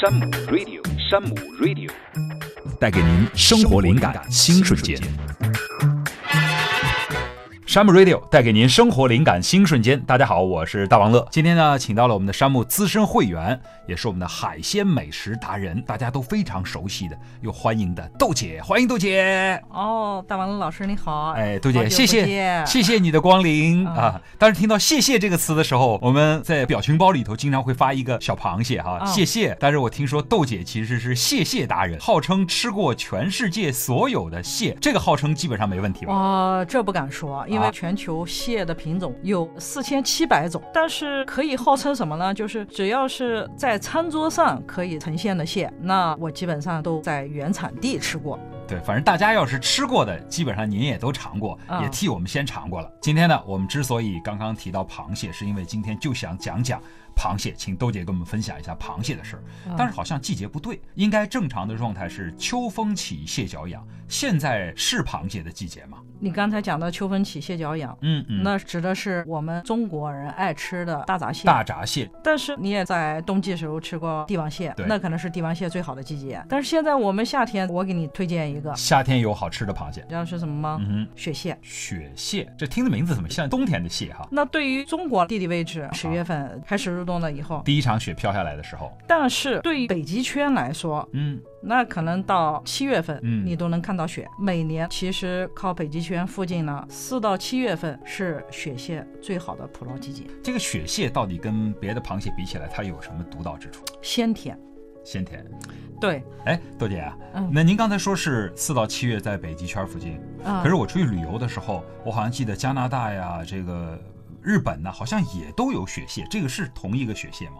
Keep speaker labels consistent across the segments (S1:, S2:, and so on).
S1: 山姆 Radio，山姆 Radio，
S2: 带给您生活灵感新瞬间。山姆 Radio 带给您生活灵感新瞬间。大家好，我是大王乐。今天呢，请到了我们的山姆资深会员，也是我们的海鲜美食达人，大家都非常熟悉的又欢迎的豆姐，欢迎豆姐。
S3: 哦，大王龙老师你好，
S2: 哎，豆
S3: 好
S2: 姐，
S3: 久不
S2: 谢谢
S3: 见
S2: 谢谢你的光临
S3: 啊
S2: 啊！当时听到“谢谢”这个词的时候，我们在表情包里头经常会发一个小螃蟹哈，
S3: 啊
S2: 谢谢。但是我听说豆姐其实是蟹蟹达人，号称吃过全世界所有的蟹，这个号称基本上没问
S3: 哦
S2: 题吧？
S3: 哇，这不敢说，因
S2: 啊
S3: 为全球蟹的品种有四千七百种，但是可以号称什么呢？就是只要是在餐桌上可以呈现的蟹，那我基本上都在原产地吃过。
S2: 对，反正大家要是吃过的，基本上您也都尝过，
S3: 啊
S2: 也替我们先尝过了。今天呢，我们之所以刚刚提到螃蟹，是因为今天就想讲讲螃蟹，请豆姐跟我们分享一下螃蟹的事儿。
S3: 嗯
S2: 但是好像季节不对，应该正常的状态是秋风起，蟹脚痒。现在是螃蟹的季节吗？
S3: 你刚才讲到秋分起蟹脚痒。
S2: 嗯嗯，
S3: 那指的是我们中国人爱吃的大闸蟹，
S2: 大闸蟹
S3: 但是你也在冬季时候吃过帝王蟹
S2: 对，
S3: 那可能是帝王蟹最好的季节。但是现在我们夏天，我给你推荐一个，
S2: 夏天有好吃的螃蟹
S3: 你。知道是什么吗？
S2: 嗯哼，
S3: 雪蟹。
S2: 雪蟹，这听着名字怎么像冬天的蟹哈？
S3: 那对于中国地理位置，十月份开始入冬了以后，
S2: 第一场雪飘下来的时候，
S3: 但是对于北极圈来说，
S2: 嗯，
S3: 那可能到七月份，
S2: 嗯
S3: 你都能看到雪。每年其实靠北极圈附近呢，四到七月份是雪蟹最好的捕捞季节，
S2: 这个雪蟹到底跟别的螃蟹比起来，它有什么独到之处？
S3: 鲜甜。
S2: 鲜甜。
S3: 对，
S2: 哎，豆姐啊，
S3: 嗯
S2: 那您刚才说是四到七月在北极圈附近，
S3: 啊
S2: 可是我出去旅游的时候，我好像记得加拿大呀，这个日本呐，好像也都有雪蟹，这个是同一个雪蟹吗？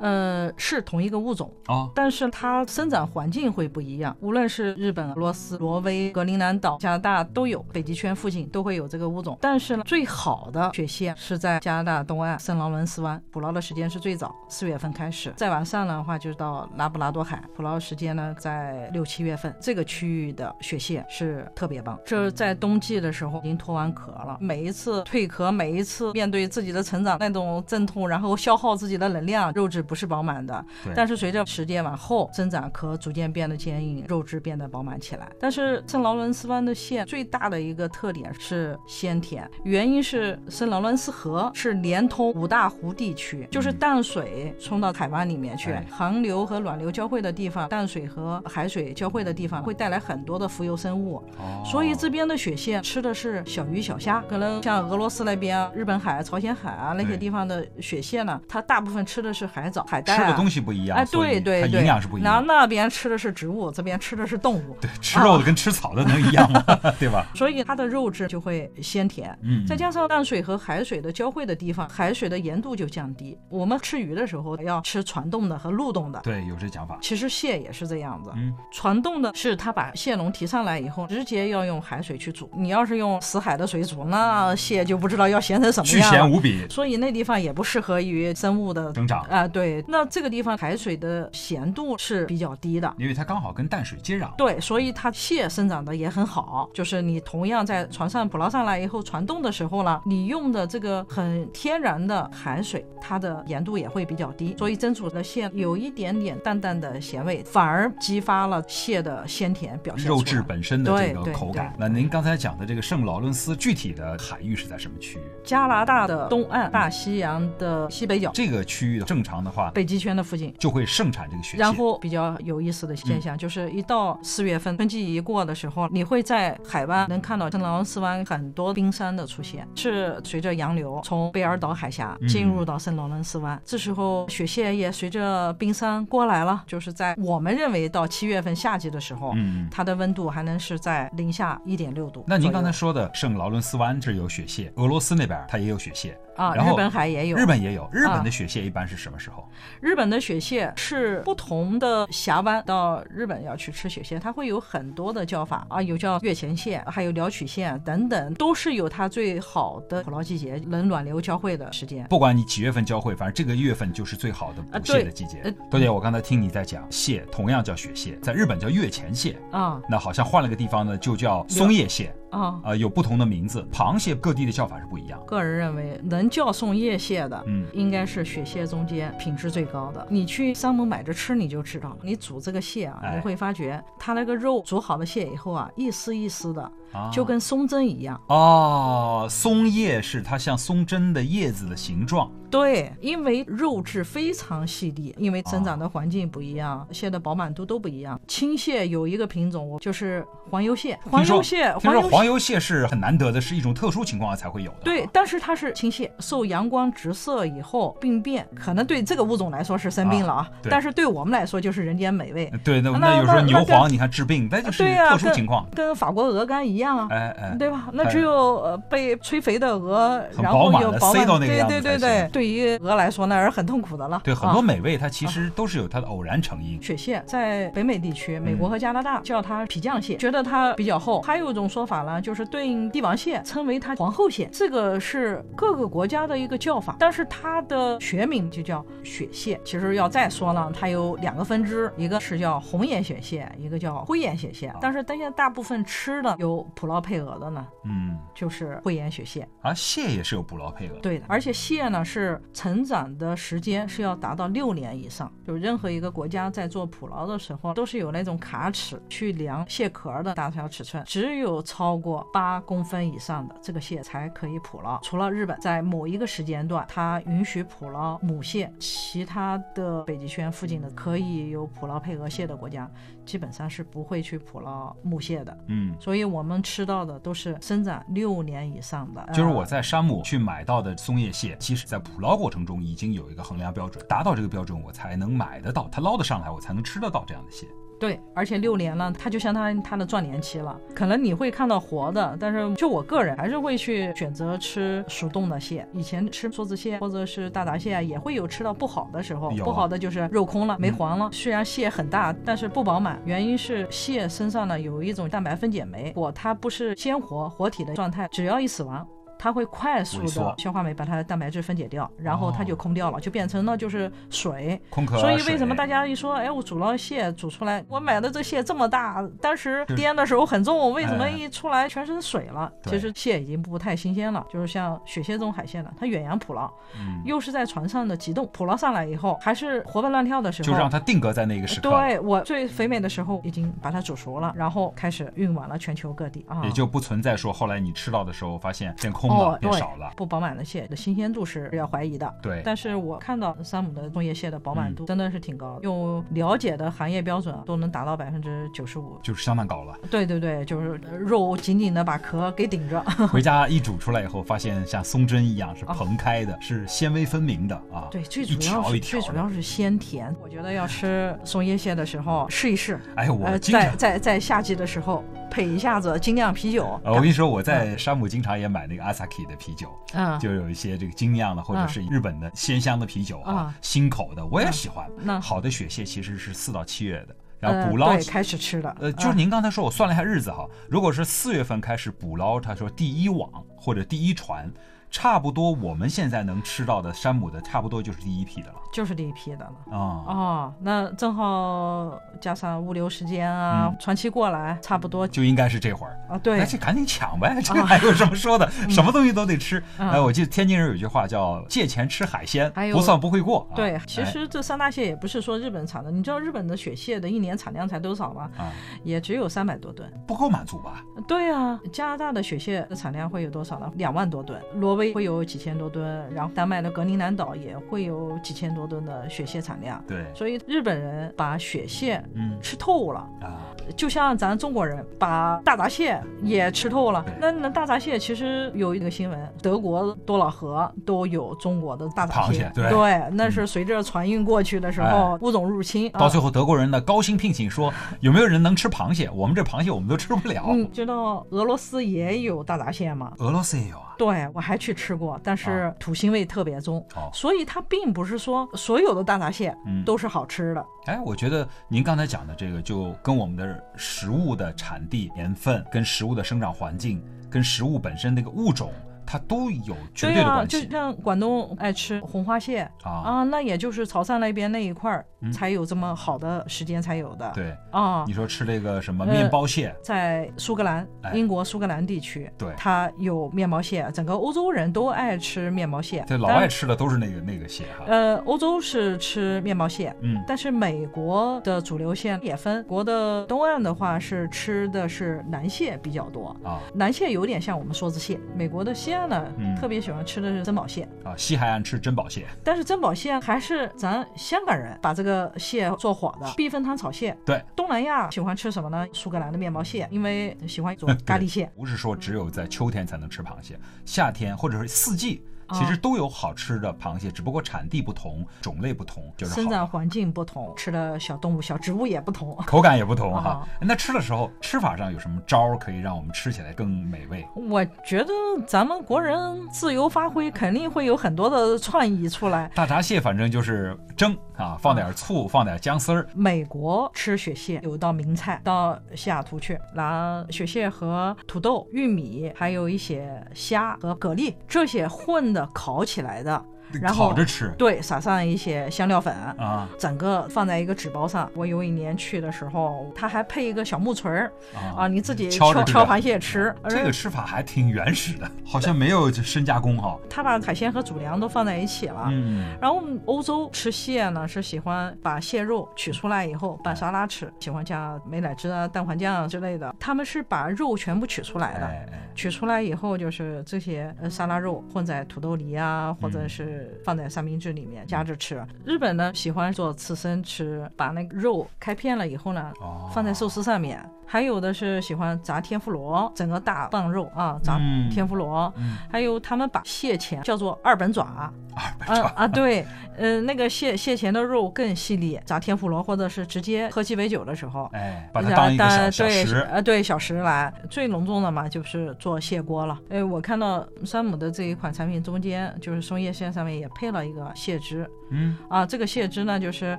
S3: 呃，是同一个物种，
S2: 啊、
S3: 但是它生长环境会不一样。无论是日本、啊俄罗斯、挪威、格陵兰岛、加拿大都有，北极圈附近都会有这个物种。但是呢，最好的雪蟹是在加拿大东岸圣劳伦斯湾，捕捞的时间是最早，四月份开始。再往上的话，就是到拉布拉多海，捕捞时间呢在六七月份。这个区域的雪蟹是特别棒，这是在冬季的时候已经脱完壳了，每一次蜕壳，每一次面对自己的成长那种阵痛，然后消耗自己的能量，肉质不是饱满的，
S2: 对
S3: 但是随着时间往后，生长壳逐渐变得坚硬，肉质变得饱满起来。但是圣劳伦斯湾的蟹最大的一个特点是鲜甜，原因是圣劳伦斯河是连通五大湖地区，就是
S2: 嗯
S3: 淡水冲到海湾里面去
S2: 哎，
S3: 航流和暖流交汇的地方，淡水和海水交汇的地方会带来很多的浮游生物，
S2: 哦
S3: 所以这边的雪蟹吃的是小鱼小虾，可能像俄罗斯那边、啊、日本海、朝鲜海啊那
S2: 对
S3: 些地方的雪蟹呢，它大部分吃的是海藻、海带、
S2: 吃
S3: 啊。
S2: 的东西不一样，
S3: 哎，
S2: 所以
S3: 对对
S2: 它
S3: 对，
S2: 营养是不一
S3: 然后
S2: 样的。
S3: 那边吃的是植物，这边吃的是动物，
S2: 对， 吃肉的跟吃草的能一样吗？ 对吧？
S3: 所以它的肉质就会鲜甜。
S2: 嗯，
S3: 再加上淡水和海水的交汇的地方，海水的盐度就降低。我们吃鱼的时候要吃船冻的和陆冻的，
S2: 对，有这讲法。
S3: 其实蟹也是这样子。
S2: 嗯，
S3: 船冻的是它把蟹笼提上来以后，直接要用海水去煮。你要是用死海的水煮，那蟹就不知道要咸成什么
S2: 巨
S3: 样
S2: 咸
S3: 了。
S2: 无嗯比，
S3: 所以那地方也不适合于生物的
S2: 生长
S3: 啊、对，那这个地方海水的咸度是比较低的，
S2: 因为它刚好跟淡水接壤。
S3: 对，所以它蟹生长的也很好，就是你同样在船上捕捞上来以后，船冻的时候呢，你用的这个很天然的海水，它的盐度也会比较低，所以蒸煮的蟹有一点点淡淡的咸味，反而激发了蟹的鲜甜表现出来。
S2: 肉质本身的这
S3: 对
S2: 个
S3: 对
S2: 口感
S3: 对。
S2: 那您刚才讲的这个圣劳伦斯具体的海域是在什么区域？
S3: 加拿大的东岸，大西洋的西北角，
S2: 这个区域正常的话，
S3: 北极圈的附近。
S2: 就会盛产这个雪蟹。
S3: 然后比较有意思的
S2: 嗯
S3: 现象、就是，一到四月份春季一过的时候，你会在海湾能看到圣劳伦斯湾很多冰山的出现，是随着洋流从贝尔岛海峡
S2: 嗯
S3: 进入到圣劳伦斯湾。这时候雪蟹也随着冰山过来了，就是在我们认为到七月份夏季的时候，
S2: 嗯，嗯。
S3: 它的温度还能是在零下一点六度。
S2: 那您刚才说的圣劳伦斯湾这有雪蟹，俄罗斯那边它也有雪蟹，
S3: 啊，
S2: 然
S3: 日
S2: 后
S3: 本海也有，
S2: 日本也有。日本
S3: 啊
S2: 的雪蟹一般是什么时候？
S3: 日本的雪蟹是不同的峡湾到日本要去吃雪蟹，它会有很多的叫法啊，有叫月前蟹，还有辽曲蟹等等，都是有它最好的捕捞季节，冷暖流交汇的时间。
S2: 不管你几月份交汇，反正这个月份就是最好的
S3: 啊
S2: 捕
S3: 对
S2: 蟹的季节
S3: 呃。
S2: 豆姐，我刚才听你在讲蟹，同样叫雪蟹，在日本叫月前蟹，
S3: 啊
S2: 那好像换了个地方呢，就叫松叶蟹。
S3: 啊。
S2: 啊、有不同的名字，螃蟹各地的叫法是不一样的。
S3: 个人认为，能叫送夜蟹的，
S2: 嗯
S3: 应该是雪蟹中间品质最高的。你去商姆买着吃，你就知道了。你煮这个蟹啊，
S2: 哎
S3: 你会发觉它那个肉煮好了蟹以后啊，一丝一丝的，
S2: 啊
S3: 就跟松针一样。
S2: 哦，松叶是它像松针的叶子的形状，
S3: 对，因为肉质非常细腻，因为生长的环境不
S2: 哦
S3: 一样，蟹的饱满度都不一样。青蟹有一个品种，我就是黄油蟹，黄油蟹，
S2: 听说
S3: 黄油蟹
S2: 黄油蟹是很难得的，是一种特殊情况下才会有的。
S3: 对，但是它是青蟹，受阳光直射以后病变，可能对这个物种来说是生病了啊，
S2: 对嗯
S3: 但是对我们来说就是人间美味。
S2: 对，那
S3: 啊那
S2: 那有时
S3: 那
S2: 候牛
S3: 那
S2: 黄你看治病，那就是
S3: 对呀、
S2: 特殊
S3: 跟
S2: 情况。
S3: 跟法国鹅肝一样啊。
S2: 哎哎，
S3: 对吧？那
S2: 哎
S3: 只有呃被催肥的鹅，
S2: 很
S3: 然
S2: 饱
S3: 后
S2: 满
S3: 又
S2: 的
S3: 饱
S2: 塞
S3: 满，
S2: 到那个
S3: 对
S2: 样
S3: 对
S2: 子
S3: 对
S2: 才
S3: 对
S2: 行，
S3: 对于鹅来说那是很痛苦的了。
S2: 对，很
S3: 啊
S2: 多美味它其实都是有它的偶然成因。
S3: 雪蟹在北美地区，美国和加拿大叫它皮匠蟹，觉得它比较厚。还有一种说法呢，就是对应帝王蟹，称为它皇后蟹，这个是各个国家的一个叫法，但是它的学名就叫雪蟹。其实要再说呢，它有两个分支，一个是叫红眼雪蟹，一个叫灰眼雪蟹。但是但现在大部分吃的有捕捞配额的呢，
S2: 嗯，
S3: 就是灰眼雪蟹。
S2: 啊，蟹也是有捕捞配额。
S3: 对的，而且蟹呢是成长的时间是要达到六年以上，就任何一个国家在做捕捞的时候都是有那种卡尺去量蟹壳的大小尺寸，只有超过八公分以上的这个蟹才可以捕捞。除了日本在某一个时间段它允许捕捞母蟹，其他的北极圈附近的可以有捕捞配额蟹的国家，基本上是不会去捕捞母蟹的。
S2: 嗯，
S3: 所以我们吃到的都是生长六年以上的，
S2: 就是
S3: 呃
S2: 我在山姆去买到的松叶蟹，其实在捕捞过程中已经有一个衡量标准，达到这个标准我才能买得到，它捞得上来，我才能吃得到这样的蟹。
S3: 对，而且六年了，它就相当于它的壮年期了。可能你会看到活的，但是就我个人还是会去选择吃熟冻的蟹。以前吃梭子蟹或者是大闸蟹啊，也会有吃到不好的时候，
S2: 有啊
S3: 不好的就是肉空了、没黄了。虽然蟹很大，但是不饱满，原因是蟹身上呢有一种蛋白分解酶，果它不是鲜活活体的状态，只要一死亡。它会快速
S2: 萎缩
S3: 的消化酶把它的蛋白质分解掉，然后它就
S2: 哦
S3: 空掉了，就变成了就是水，
S2: 空壳啊、
S3: 所以为什么
S2: 水
S3: 大家一说，哎，我煮了蟹煮出来，我买的这蟹这么大，当时
S2: 对
S3: 掂的时候很重，为什么
S2: 哎
S3: 一出来全身水了？
S2: 对
S3: 其实蟹已经不太新鲜了，就是像雪蟹这种海鲜了，它远洋捕捞，
S2: 嗯，
S3: 又是在船上的急冻捕捞上来以后，还是活蹦乱跳的时候，
S2: 就让它定格在那个时刻，
S3: 呃对啊我最肥美的时候已经把它煮熟了，然后开始运往了全球各地啊。
S2: 也就不存在说后来你吃到的时候发现变空了、
S3: 哦，对
S2: 变少了。
S3: 不饱满的蟹的新鲜度是要怀疑的。
S2: 对嗯
S3: 但是我看到山姆的粽叶蟹的饱满度真的是挺高的，用了解的行业标准啊都能达到百分之九十五。
S2: 就是相当高了，
S3: 对对对，就是肉紧紧的把壳给 顶着。
S2: 回家一煮出来以后，发现像松针一样是蓬开的，是纤维分明的啊。
S3: 哦对，最
S2: 一
S3: 主要
S2: 条
S3: 是
S2: 一条
S3: 最
S2: 的。
S3: 主要是鲜甜。我觉得要吃松叶蟹的时候试一试，
S2: 哎，我
S3: 呃，
S2: 经常
S3: 在在在夏季的时候配一下子精酿啤 酒。
S2: 呃，我跟你说，我在山姆经常也买那个 Asahi 的啤酒，
S3: 嗯，
S2: 就有一些这个精酿的或者
S3: 嗯
S2: 是日本的鲜香的啤酒啊
S3: 啊，
S2: 新口的我也喜欢。
S3: 那
S2: 好的雪蟹其实是四到七月的，然后
S3: 呃
S2: 捕捞
S3: 对开嗯始吃的，
S2: 呃，就是您刚才说，我算了一下日子哈，如果是四月份开始捕捞，他说第一网或者第一船，差不多我们现在能吃到的山姆的，差不多就是第一批的了
S3: 就是这一批的
S2: 啊。
S3: 了。哦，那正好加上物流时间啊，
S2: 嗯
S3: 船期过来差不多
S2: 就应该是这会儿，
S3: 啊，对啊
S2: 那，就赶紧抢呗，这个还有什么说的？什么东西都得吃。
S3: 嗯
S2: 哎，我记得天津人有句话叫“借钱吃海鲜
S3: 还，有
S2: 不算不会过”啊。
S3: 对
S2: 哎，
S3: 其实这三大蟹也不是说日本产的，你知道日本的雪蟹的一年产量才多少吗？
S2: 啊
S3: 也只有三百多吨。
S2: 不够满足吧？
S3: 对啊，加拿大的雪蟹的产量会有多少呢？两万多吨，挪威会有几千多吨，然后丹麦的格陵兰岛也会有几千多吨的雪蟹产量。
S2: 对，
S3: 所以日本人把雪蟹
S2: 嗯
S3: 吃透了，
S2: 啊，
S3: 就像咱中国人把大闸蟹也吃透了
S2: 对，
S3: 那那大闸蟹其实有一个新闻，德国多瑙河都有中国的大闸
S2: 螃蟹对嗯
S3: 那是随着船运过去的时
S2: 哎
S3: 候物种入侵，啊
S2: 到最
S3: 后。
S2: 后德国人呢高薪聘请说， 有没有人能吃螃蟹？我们这螃蟹我们都吃不了。
S3: 你知道俄罗斯也有大闸蟹吗？
S2: 俄罗斯也有啊，
S3: 对我还去吃过，但是
S2: 啊
S3: 土腥味特别重，
S2: 哦
S3: 所以它并不是说所有的大闸蟹
S2: 嗯
S3: 都是好吃的。
S2: 哎，我觉得您刚才讲的这个，就跟我们的食物的产地、年份、跟食物的生长环境、跟食物本身那个物种它都有绝
S3: 对
S2: 对的
S3: 啊，
S2: 关
S3: 就
S2: 系
S3: 像广东爱吃红花蟹
S2: 啊。
S3: 啊，那也就是潮汕那边那一块儿
S2: 嗯
S3: 才有这么好的时间才有的。
S2: 对，
S3: 啊
S2: 你，说吃那个什么
S3: 呃
S2: 面包蟹，
S3: 在苏格兰
S2: 哎，
S3: 英国苏格兰地区，
S2: 对
S3: 它有面包蟹，整个欧洲人都爱吃面包蟹。
S2: 对，老
S3: 当
S2: 外
S3: 然。
S2: 吃的都是那个那个蟹哈。
S3: 呃，欧洲是吃面包蟹，
S2: 嗯，
S3: 但是美国的主流蟹也分，国的东岸的话是吃的是南蟹比较多。
S2: 啊
S3: 南蟹有点像我们梭子蟹，美国的西岸呢，
S2: 嗯
S3: 特别喜欢吃的是珍宝蟹，
S2: 啊，西海岸吃珍宝蟹，
S3: 但是珍宝蟹还是咱香港人把这个蟹做火的，避风塘炒蟹。
S2: 对，
S3: 东南亚喜欢吃什么呢？苏格兰的面包蟹，因为喜欢做 咖喱蟹。
S2: 不是说只有在秋天才能吃螃蟹，夏天或者是四季，
S3: 哦
S2: 其实都有好吃的螃蟹，只不过产地不同，种类不同，就是
S3: 生长
S2: 好。
S3: 环境不同，吃的小动物、小植物也不同。
S2: 口感也不同哈
S3: 啊，
S2: 那吃的时候吃法上有什么招儿可以让我们吃起来更美味？
S3: 我觉得咱们国人自由发挥，肯定会有很多的创意出来。
S2: 大闸蟹反正就是蒸
S3: 哦
S2: 啊，放点醋，放点姜丝儿，
S3: 美国吃雪蟹有道名菜，到西雅图去拿雪蟹和土豆、玉米，还有一些虾和蛤蜊这些混的烤起来的，然后
S2: 烤着吃
S3: 对，撒上一些香料粉。
S2: 啊
S3: 整个放在一个纸包上。我有一年去的时候，它还配一个小木锤儿啊，
S2: 啊。
S3: 你自己
S2: 敲着
S3: 敲
S2: 这
S3: 敲
S2: 个
S3: 螃蟹吃。而
S2: 这个吃法还挺原始的，好像没有深加工哈。
S3: 它把海鲜和主粮都放在一起了。
S2: 嗯，
S3: 然后我们欧洲吃蟹呢，是喜欢把蟹肉取出来以后拌沙拉吃，喜欢加美乃滋啊、蛋黄酱啊之类的。他们是把肉全部取出来的，
S2: 哎哎，
S3: 取出来以后就是这些呃沙拉肉混在土豆泥啊，或
S2: 嗯
S3: 者是放在三明治里面夹着吃。日本呢喜欢做刺身吃，把那个肉开片了以后呢，
S2: 哦，
S3: 放在寿司上面。还有的是喜欢炸天妇罗，整个大棒肉啊，炸
S2: 嗯
S3: 天妇罗。
S2: 嗯
S3: 还有他们把蟹钳叫做二本爪，
S2: 二百
S3: 啊啊，对，呃，那个蟹蟹钳的肉更细腻，炸天妇罗或者是直接喝鸡尾酒的时候，
S2: 哎，把它
S3: 然
S2: 当一个
S3: 当
S2: 小小
S3: 对
S2: 食，
S3: 呃对小食来。最隆重的嘛，就是做蟹锅了。哎，我看到山姆的这一款产品中间，就是松叶蟹上面也配了一个蟹汁
S2: 嗯，
S3: 啊。这个蟹汁呢，就是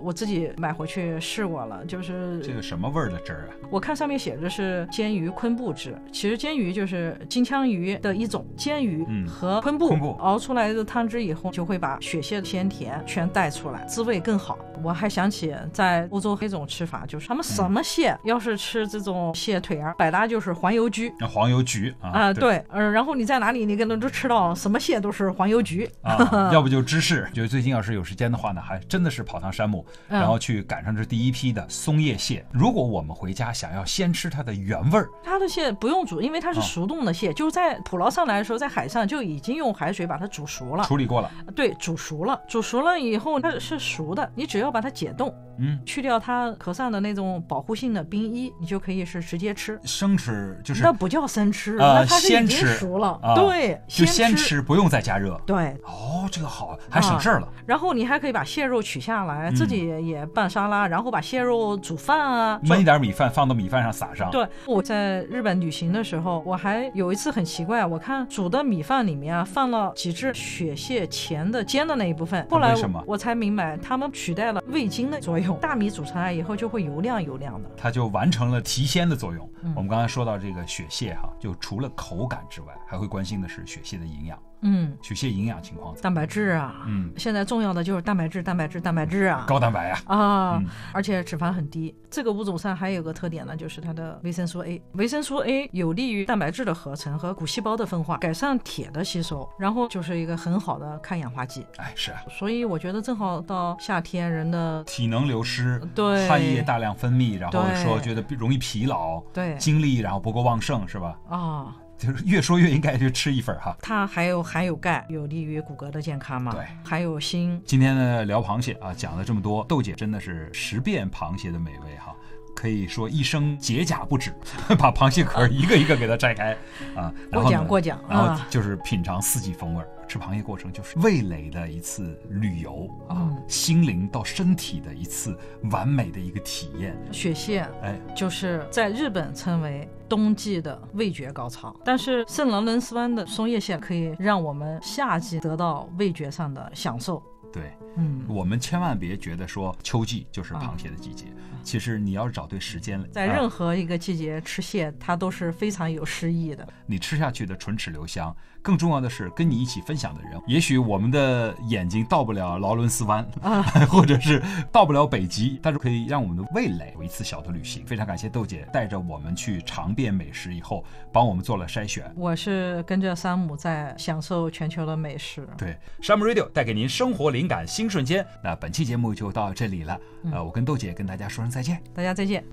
S3: 我自己买回去试过了，就是
S2: 这个什么味儿的汁儿啊？
S3: 我看上面写着是煎鱼昆布汁，其实煎鱼就是金枪鱼的一种。煎鱼
S2: 嗯
S3: 和昆布,、
S2: 昆布
S3: 熬出来的汤汁以后，就会把雪蟹的鲜甜全带出来，滋味更好。我还想起在欧洲一种吃法，就是他们什
S2: 嗯
S3: 么蟹，要是吃这种蟹腿儿，啊百搭就是黄油焗。
S2: 那黄油菊啊
S3: 啊、对，嗯、然后你在哪里，你可能都吃到什么蟹都是黄油焗，
S2: 啊，要不就芝士。就是最近要是有时间的话呢，还真的是跑趟山姆，
S3: 嗯
S2: 然后去赶上这第一批的松叶蟹。如果我们回家想要先吃它的原味儿，
S3: 它的蟹不用煮，因为它是
S2: 哦
S3: 熟冻的蟹，就是在捕捞上来的时候，在海上就已经用海水把它煮熟了。
S2: 处理过了，
S3: 对，煮熟了，煮熟了以后它是熟的，你只要把它解冻，
S2: 嗯，
S3: 去掉它壳上的那种保护性的冰衣，你就可以是直接吃。
S2: 生吃就是
S3: 那不叫生吃，
S2: 呃
S3: 那它是
S2: 先
S3: 已经
S2: 吃
S3: 熟了，
S2: 啊
S3: 对，
S2: 就
S3: 先
S2: 先。吃，不用再加热。
S3: 对，
S2: 哦，这个好，还
S3: 啊
S2: 省事儿了。
S3: 然后你还可以把蟹肉取下来，
S2: 嗯
S3: 自己也拌沙拉，然后把蟹肉煮饭啊。
S2: 焖一点米饭，放到米饭上撒上。
S3: 对，我在日本旅行的时候，我还有一次很奇怪，我看煮的米饭里面啊放了几只雪蟹钳的尖的那一部分，后来
S2: 为什么
S3: 我才明白它们取代了味精的作用。大米煮出来以后就会油亮油亮的，
S2: 它就完成了提鲜的作用。
S3: 嗯
S2: 我们刚才说到这个雪蟹哈，就除了口感之外，还会关心的是雪蟹的营养，
S3: 嗯，
S2: 雪蟹营养情况。
S3: 蛋白质啊，
S2: 嗯，
S3: 现在重要的就是蛋白质，蛋白质，蛋白质啊。
S2: 高蛋白呀、
S3: 啊，
S2: 嗯
S3: 而且脂肪很低。这个物种上还有个特点呢，就是它的维生素 A。维生素 A 有利于蛋白质的合成和骨细胞的分化，改善铁的吸收，然后就是一个很好的抗氧化剂。
S2: 哎，是啊，
S3: 所以我觉得正好到夏天，人的
S2: 体能流失，
S3: 对
S2: 嗯汗液大量分泌，然后
S3: 对
S2: 说觉得容易疲劳，
S3: 对
S2: 精力然后不够旺盛，是吧？
S3: 啊、
S2: 就是越说越应该去吃一份儿哈。
S3: 它还有含有钙，有利于骨骼的健康嘛。
S2: 对，
S3: 还有锌。
S2: 今天呢聊螃蟹啊，讲了这么多，豆姐真的是十遍螃蟹的美味哈。可以说一生解甲不止， 把螃蟹壳一个一个给它摘开啊。然后
S3: 过奖
S2: 呢
S3: 过奖
S2: 然后
S3: 啊
S2: 就是品尝四季风味儿。吃螃蟹过程就是味蕾的一次旅游啊
S3: 嗯，
S2: 心灵到身体的一次完美的一个体验。
S3: 雪蟹
S2: 哎，
S3: 就是在日本称为冬季的味觉高潮，但是圣劳伦斯湾的松叶蟹可以让我们夏季得到味觉上的享受。
S2: 对，
S3: 嗯，
S2: 我们千万别觉得说秋季就是螃蟹的季节，其实你要是找对时间了，
S3: 啊在
S2: 啊
S3: 任何一个季节吃蟹，它都是非常有诗意的。
S2: 你吃下去的唇齿留香，更重要的是跟你一起分享的人。也许我们的眼睛到不了劳伦斯湾，
S3: 啊
S2: 或者是到不了北极，但是可以让我们的味蕾有一次小的旅行。非常感谢豆姐带着我们去尝遍美食以后，帮我们做了筛选。
S3: 我是跟着山姆在享受全球的美食。
S2: 对，Sham Radio 带给您生活灵感新瞬间。那本期节目就到这里了，呃，我跟豆姐跟大家说声再见。
S3: 大家再见。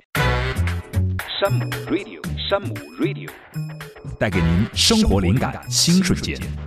S1: Some Radio, Some Radio.
S4: 带给您生活灵感新瞬间。